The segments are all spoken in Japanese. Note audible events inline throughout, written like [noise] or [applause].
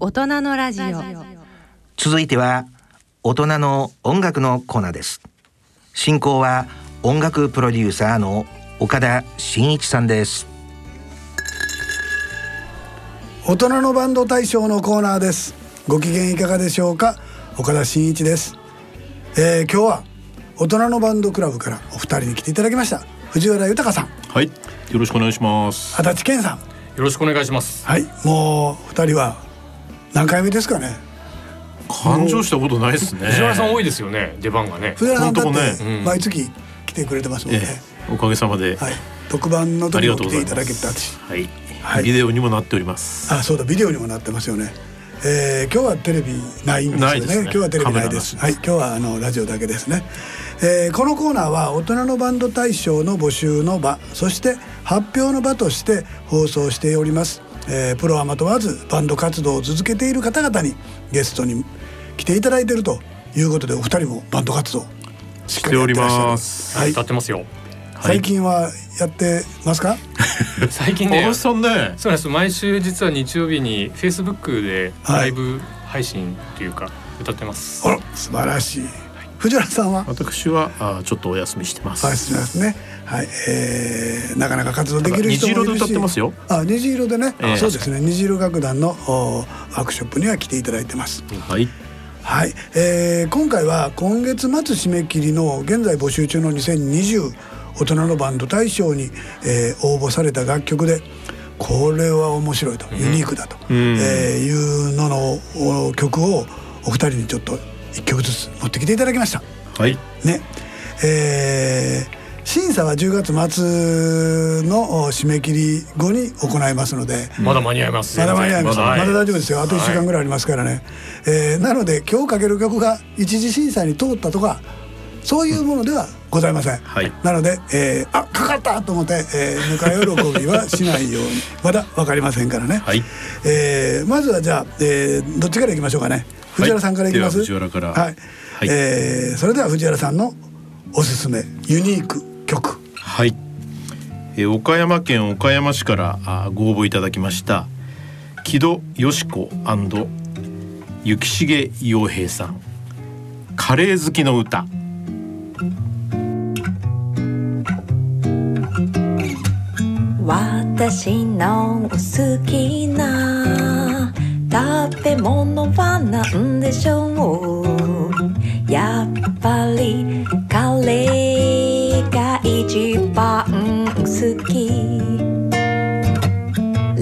大人のラジオ続いては大人の音楽のコーナーです進行は音楽プロデューサーの岡田真一さんです大人のバンド大賞のコーナーですご機嫌いかがでしょうか岡田真一です、えー今日は大人のバンドクラブからお二人に来ていただきました藤原豊さんはい、よろしくお願いします。足立健さんよろしくお願いします。はいもう二人は何回目ですかね感情したことないですね。藤原さん多いですよね、出番がね。藤原さんだほんとっこてね毎月来てくれてますもんね、ええ、おかげさまで、はい特番のあ時りにもがとう来ござていいます。ただけたしはい、はいビデオにもなっております。あそうだビデオにもなってますよね、えー今日はテレビないんですよなねいですね今日はテレビないですカはメラなしい今日はあのラジオだけですね、えーこのコーナーは大人のバンド大賞の募集の場そして発表の場として放送しております、えープロはま問わずバンド活動を続けている方々にゲストに来ていただいているということでお二人もバンド活動しっかりやってらっしゃしてるおりますはい歌ってますよ。最近はやってますか最近足ね立。さんね、そうなんです。毎週実は日曜日に Facebook ではいライブ配信っていうか歌ってます。あら素晴らしい藤原さんは私はあちょっとお休みしてます。はい、すみませんね。はい、えー、なかなか活動できる人もいるし。虹色で歌ってますよあ、虹色でね、ええそうですね。虹色楽団のおワークショップには来ていただいてます。はい、はい、えー、今回は今月末締め切りの現在募集中の2020大人のバンド大賞に、えー応募された楽曲でこれは面白いと、ユニークだと、んえーいうののお曲をお二人にちょっと一曲ずつ持ってきていただきました。はい、ねえー審査は10月末のお締め切り後に行いますので、まだ間に合います。まだ間に合います、全然まだ大丈夫ですよはあと1週間ぐらいありますからね、えーなので今日かける曲が一次審査に通ったとかそういうものではございません、はいなので、えーあかかったと思って、えー、ぬか喜びはしないように [laughs] まだ分かりませんからね、はいえーまずはじゃあ、えーどっちからいきましょうかね藤原さんからいきます、では藤原からはいはいえーそれでは藤原さんのおすすめユニーク曲はい。えー岡山県岡山市からあご応募いただきました木戸よしこ雪重洋平さんカレー好きの歌私の好きな食べ物は何でしょうやっぱりカレーが一番好き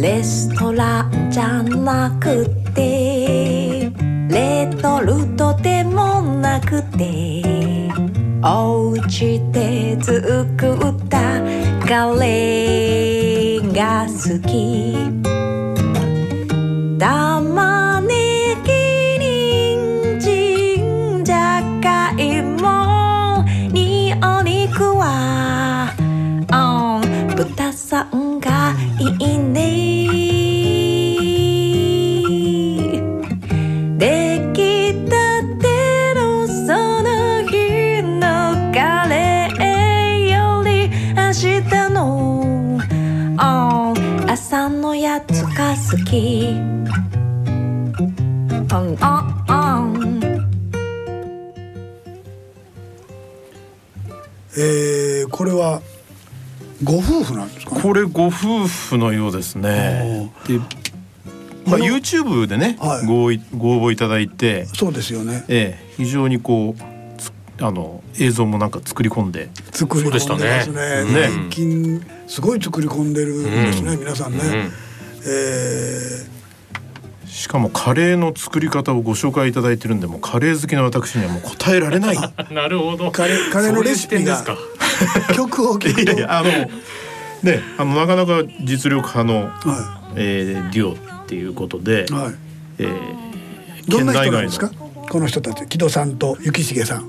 レストランじゃなくてレトルトでもなくてお家で作ったカレーが好き玉ねぎ人参じゃがいもにお肉はうん豚さんがいいね出来たてのその日のカレーより明日のうん朝のやつが好きうんうんうんえーこれはご夫婦なんですかねこれご夫婦のようですね。で、まあこの YouTube でね、はいごいご応募いただいて、そうですよねええ、非常にこうつあの映像もなんか作り込んで、作り込んでますそうねでしたね最近すごい作り込んでるんですね、皆さんね、えしかもカレーの作り方をご紹介いただいてるんで、もうカレー好きの私にはもう答え [laughs] られない。いはい [laughs] なるほど。ーカレーカレーのレシピがそういう視点曲を聴くとやいやあのね、あのなかなか実力派の、はえーデュオっていうことで、い、はい、えーどんな人県内外なんのですかこの人たち木戸さんと幸重さん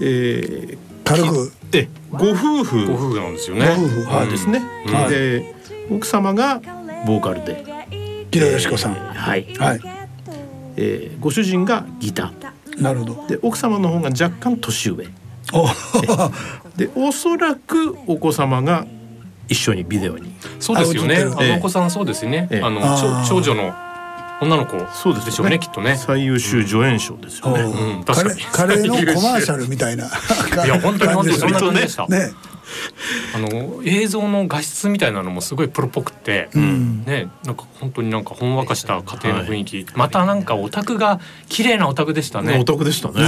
えー軽くえご夫婦ご夫婦なんですよね。ご夫婦はいですね。はいで奥様がボーカルで、木戸よしこさん、はいはいえーご主人がギタなるほどーで奥様の方が若干年上おでおそらくお子様が一緒にビデオにそうですよね。ああ映ってるのお子さんそうですよね。ええあのあー長長女の女の子そうですでしょうねきっとね最優秀助演賞ですよね、うんカ確レかにーカレーのコマーシャルみたい [laughs] ないや本当に本当にそんな感じでした、ねあの映像の画質みたいなのもすごいプロっぽくて、ねなんか本当になんかほんわかした家庭の雰囲気、またなんかオタクが綺麗なオタクでしたねお宅でしたうね、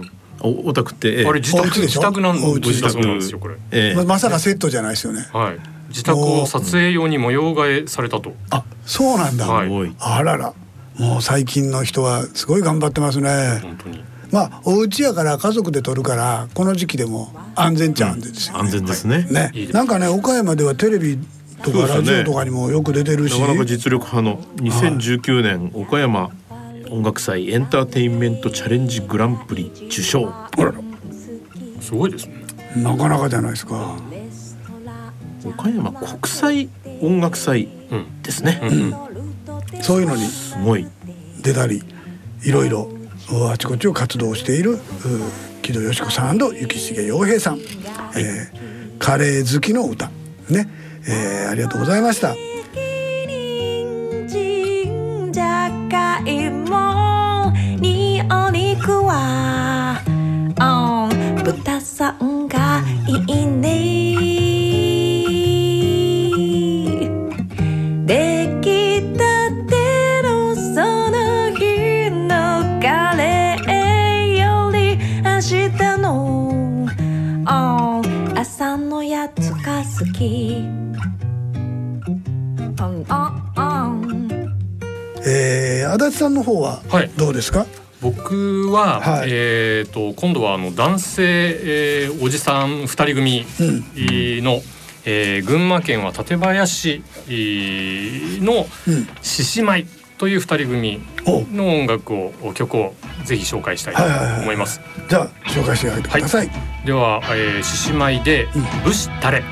んおお宅って、ええあれ自お宅家でし自ょ宅なんお家ご自宅なんですよこれええままさかセットじゃないですよねはい自宅を撮影用に模様替えされたとあそうなんだ、はいすごいあららもう最近の人はすごい頑張ってますね本当にまあお家やから家族で撮るからこの時期でも安全っちゃ安全ですよね、安全ですねねいいですなんかね岡山ではテレビとそうかラですよねジオとかにもよく出てるなし、かなか実力派の2019年岡山音楽祭エンターテインメントチャレンジグランプリ受賞すごいですねなかなかじゃないですか。岡山国際音楽祭ですね、そういうのにすごい出たり、いろいろおあちこちを活動しているう木戸よし子さん雪重洋平さん、えーカレー好きの歌ね、えーありがとうございました。人参じゃがいもにお肉は、うん、豚さんがいいね出来たてのその日のカレーより明日の、Oh, うん、朝のやつが好きうんうんうんえー、足立さんの方ははいどうですか、僕は、はいえっ、と今度はあの男性、えーおじさん二人組うんの、えー群馬県は館林えーのうん獅子舞という二人組おの音楽を曲をぜひ紹介したいと思います。じゃあ紹介してあげてください。では、えー、獅子舞でうん武士たれ。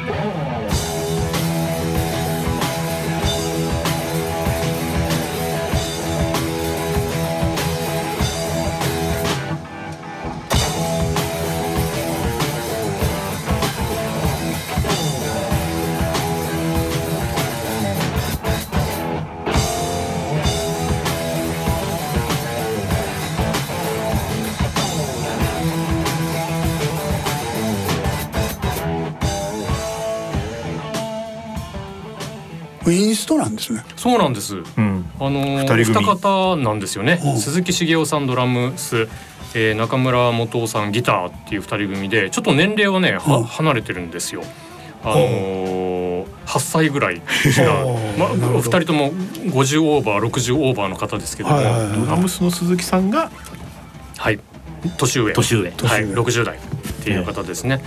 インストなんですね。そうなんです。うんあのー、二人組お二方なんですよねうん鈴木茂雄さんドラムス、えー中村元夫さんギターっていう二人組でちょっと年齢はね、はうん離れてるんですよ。あのー、8歳ぐ [laughs] らい違うおー、まあ、なるほどお二人とも50オーバー60オーバーの方ですけども、ははいいはいはいドラムスの鈴木さんが年上年上はい、年上60代っていう方ですね。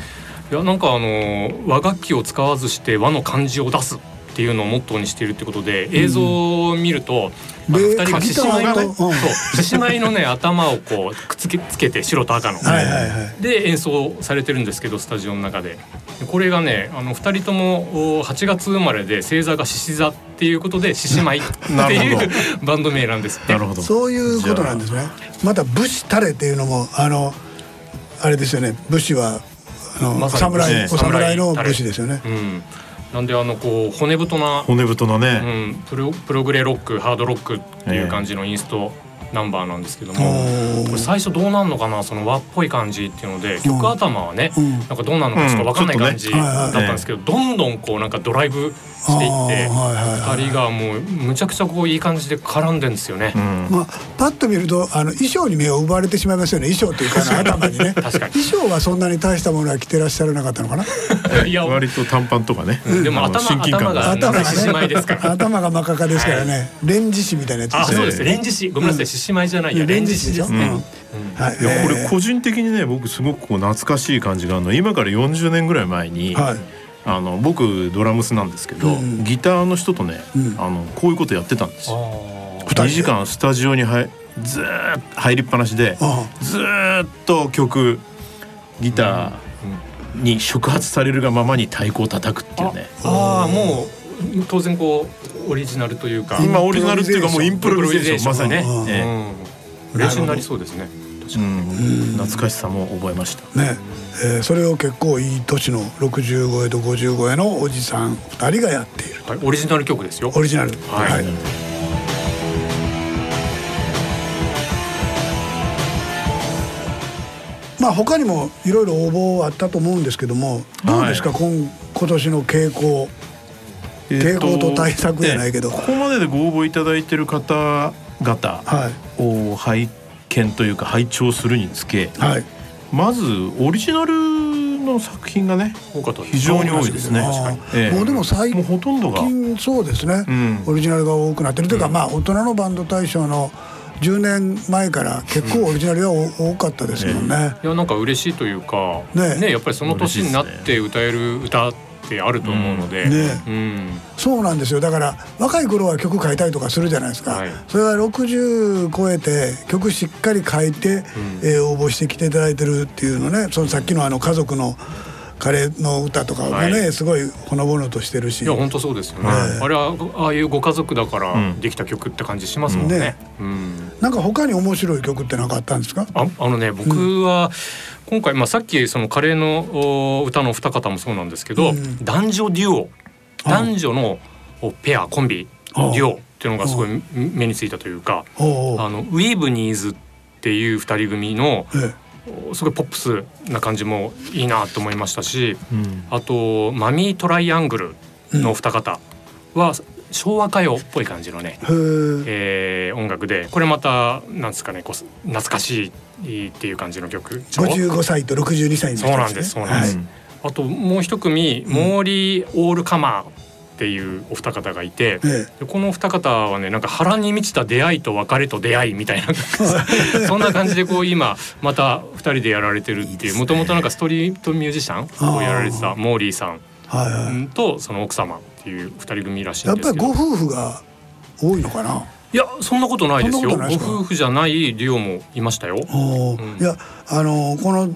いやなんかあのー和楽器を使わずして和の漢字を出すっていうのをモットーにしているってことで映像を見ると、あので二人がギ獅タ子舞ーの、とそううん獅子 [laughs] 舞のね頭をこうくっつけつけて白と赤の、はいはいはい。で演奏されてるんですけどスタジオの中でこれがねあの2人ともお8月生まれで星座が獅子座っていうことで獅子 [laughs] 舞っていなるう [laughs] バンド名なんですってなるほどそういうことなんですね。また武士たれっていうのもあのあれですよね。武士はあの、まさに侍、ねお侍の武士ですよね。うん、なんであのこう骨太な、骨太のうね、ん、プロプログレロックハードロックっていう感じのインストナンバーなんですけども、おこれー最初どうなんのかなその和っぽい感じっていうので曲頭はね、うんなんかどうなのかちょっと分かんないうん感ちじょっとねはいはだいったんですけど、どんどんこうなんかドライブしていあーって、はいはいはい二人がもうむちゃくちゃこういい感じで絡んでんですよね。うんまあ、パッと見るとあの衣装に目を奪われてしまいますよね衣装というか [laughs] あの頭にね確かに衣装はそんなに大したものは着てらっしゃらなかったのかない [laughs] や割と短パンとかね、うんでもあの頭親近感頭がが頭が獅子舞ですから頭が真っ赤ですからね、レンジ師みたいなやつあですそうねですレンジ師ごめんなさい獅子舞じゃないやレレンンジジ師で師しでょ、すうんね。はいいやこれえー個人的にね僕すごくこう懐かしい感じがあるの今から40年ぐらい前に、はいあの僕ドラムスなんですけど、うんギターの人とね、うんあのこういうことやってたんですあよ。ー人2で時間スタジオに入ずーっと入りっぱなしであずーっと曲ギターに触発されるがままに太鼓を叩くっていうねあーもう当然こうオリジナルというか、今オリジナルっていうかもうインプロビゼーションまさにね、うんうえん、練習になりそうですね。えうん懐かしさも覚えました。あねえーそれを結構いい年の60超えと50超えのおじさん2人がやっているはい、オリジナル曲ですよ。オリジナルはいはいまあ他にもいろいろ応募はあったと思うんですけどもどうですか、今今年の傾向えっ傾向と対策じゃないけどねここまででご応募いただいてる方々はいを拝見というか拝聴するにつけ、はいまずオリジナルの作品がね多かったです非常に多いですね。ああええもうでも最もうほとんどが近そうですね、うんオリジナルが多くなってるというか、まあ大人のバンド大賞の10年前から結構オリジナルがお多かったですもんね。いやなんか嬉しいというかねねやっぱりその年になって歌える歌ってあると思うので、うんねうんそうなんですよだから若い頃は曲書いたりとかするじゃないですか、はいそれが60超えて曲しっかり書いて、えー応募してきていただいてるっていうのねそのさっきのあの家族のカレーの歌とかがね、はいすごいほのぼのとしてるしいや本当そうですよね、はいあれはああいうご家族だからうんできた曲って感じしますもんね,、うんなんか他に面白い曲って何かあったんですかああのね僕は今回、まあ、さっきそのカレーのお歌のお二方もそうなんですけど、うん男女デュオ男女のおペアコンビデあュオっていうのがすごい目についたというかおうおうあのウィーブニーズっていう二人組のえおすごいポップスな感じもいいなと思いましたしうんあとマミートライアングルのお二方は昭和歌謡っぽい感じのねえへええー音楽でこれまたなんですかねこう懐かしいっていう感じの曲55歳と62歳の人そうなんですそうなんです、はいあともう一組、モーリー・オールカマーっていうお二方がいて、えでこのお二方はねなんか波乱に満ちた出会いと別れと出会いみたい [laughs] なそんな感じでこう今また二人でやられてるっていうもともとなんかストリートミュージシャンをやられてたモーリーさえはいはいんとその奥様っていう二人組らしいやんっでぱすりけごど夫婦が多いのかないやそんなことないですそよんなことないごですか夫婦じゃないデュオもいましたよ。おーいやあのこの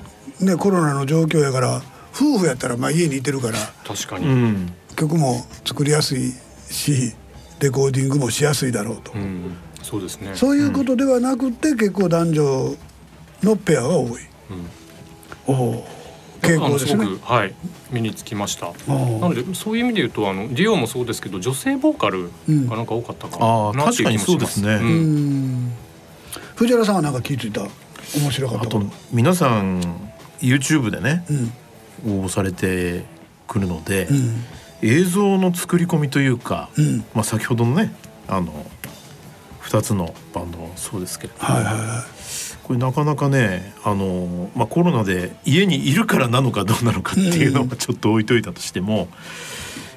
ねコロナの状況やから夫婦やったらまあ家にいてるから確かうに、ん曲も作りやすいしレコーディングもしやすいだろうと、うんそうですねそういうことではなくて結構男女のペアが多い、おお傾あ向のですねごくはい身につきましたなーのでそういう意味で言うとあのディオもそうですけど女性ボーカルうんがなんか多かったかあーなっていう気確かもしにそうでますすねうんん藤原さんはなんか気づいた面白かっあたことと皆さん YouTube でねうん応募されてくるので、うん映像の作り込みというか、うんまあ、先ほどのねあの2つのバンドもそうですけどはいはいはこれなかなかねあの、まあ、コロナで家にいるからなのかどうなのかっていうのはちょっと置いといたとしても、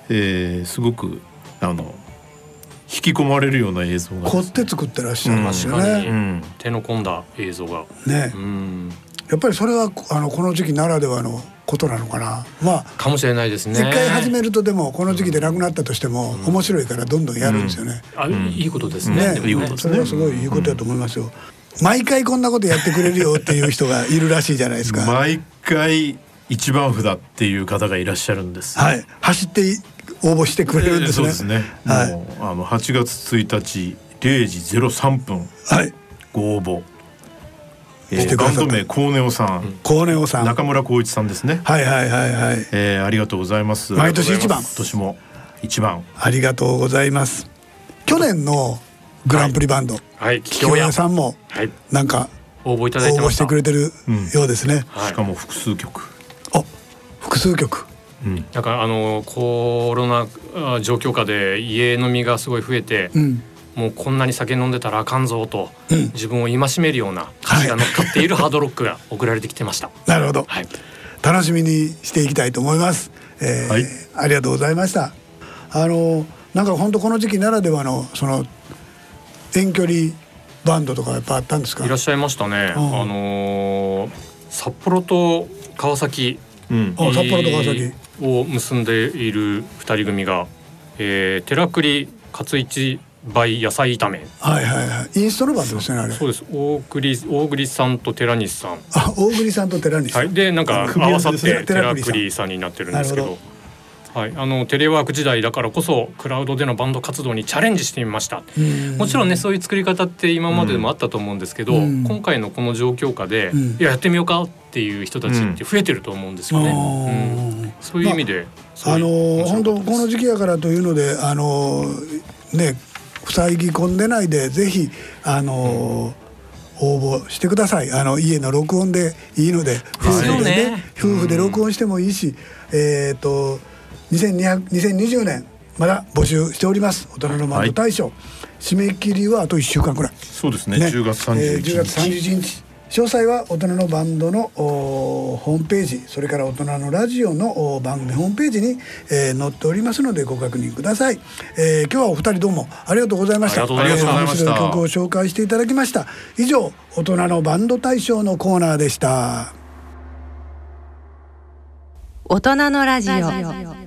えーすごくあの引き込まれるような映像いが、凝って作ってらっしゃいますようん確うね。かん、手の込んだ映像がねうんやっぱりそれはあのこの時期ならではのことなのかな。まあかもしれないですね一回始めるとでもこの時期でなくなったとしても面白いからどんどんやるんですよね。あいいことですね,ねでもね、いいことですそれはすごいいいことだと思いますよ。毎回こんなことやってくれるよっていう人がいるらしいじゃないですか。毎回一番札っていう方がいらっしゃるんです。はい、走って応募してくれるんですそうね。ですね。はいもうあの8月1日0時03分はい、ご応募。えしてー、くだバさっンたド名コーネオさん、コーネオさん。は中村光一さんですね。いはいはいはい。えー、ありがとうございます。毎年一番今年も一番。ありがとうございます。去年のグランプリバンド、はい桔京梗谷屋さんもはいなんか応募いただいて応ま募ししたてくれてるようですね。はいしかも複数曲。あ、複数曲。うん。なんかあのコロナあ状況下で家飲みがすごい増えて、うん。もうこんなに酒飲んでたらあかんぞと、自分を戒めるような歌詞が乗っかっているハードロックが送られてきてました。なるほど。はい、楽しみにしていきたいと思います。えーはいありがとうございました。あのなんか本当この時期ならではのその遠距離バンドとかやっぱあったんですか。いらっしゃいましたね。あうんのー札幌と川崎うん。あ札幌と川崎を結んでいる二人組が、えー、寺栗勝一倍野菜炒め。はいはいはい。インストのバンドですねあれ。そうです。大栗大栗さんと寺西さん。あ大栗さんと寺西さはん。い。でなんか組み合合わわせさっですねて寺寺栗栗さんになってるんですけなるど。はい、あのテレワーク時代だからこそクラウドでのバンド活動にチャレンジしてみました、うんもちろんねそういう作り方って今まででもあったと思うんですけど、うん今回のこの状況下で、うんいややってみようかっていう人たちって増えてると思うんですよね。うんあーそういう意味で、すごあいの面白か本った当ですこの時期やからというのであのね塞ぎ込んでないでぜひあの、応募してくださいあの家の録音でいいので夫すよ婦でねね夫婦で録音してもいいし、えっ、と2200 2020年まだ募集しております大人のバンド大賞、締め切りはあと1週間くらいそうですね。10月31日。えー10月31日詳細は大人のバンドのおーホームページそれから大人のラジオのおー番組ホームページに、えー載っておりますのでご確認ください、えー今日はお二人どうもありがとうございましたありがとうございましたえー面白い曲を紹介していただきました以上大人のバンド大賞のコーナーでした大人のラジオ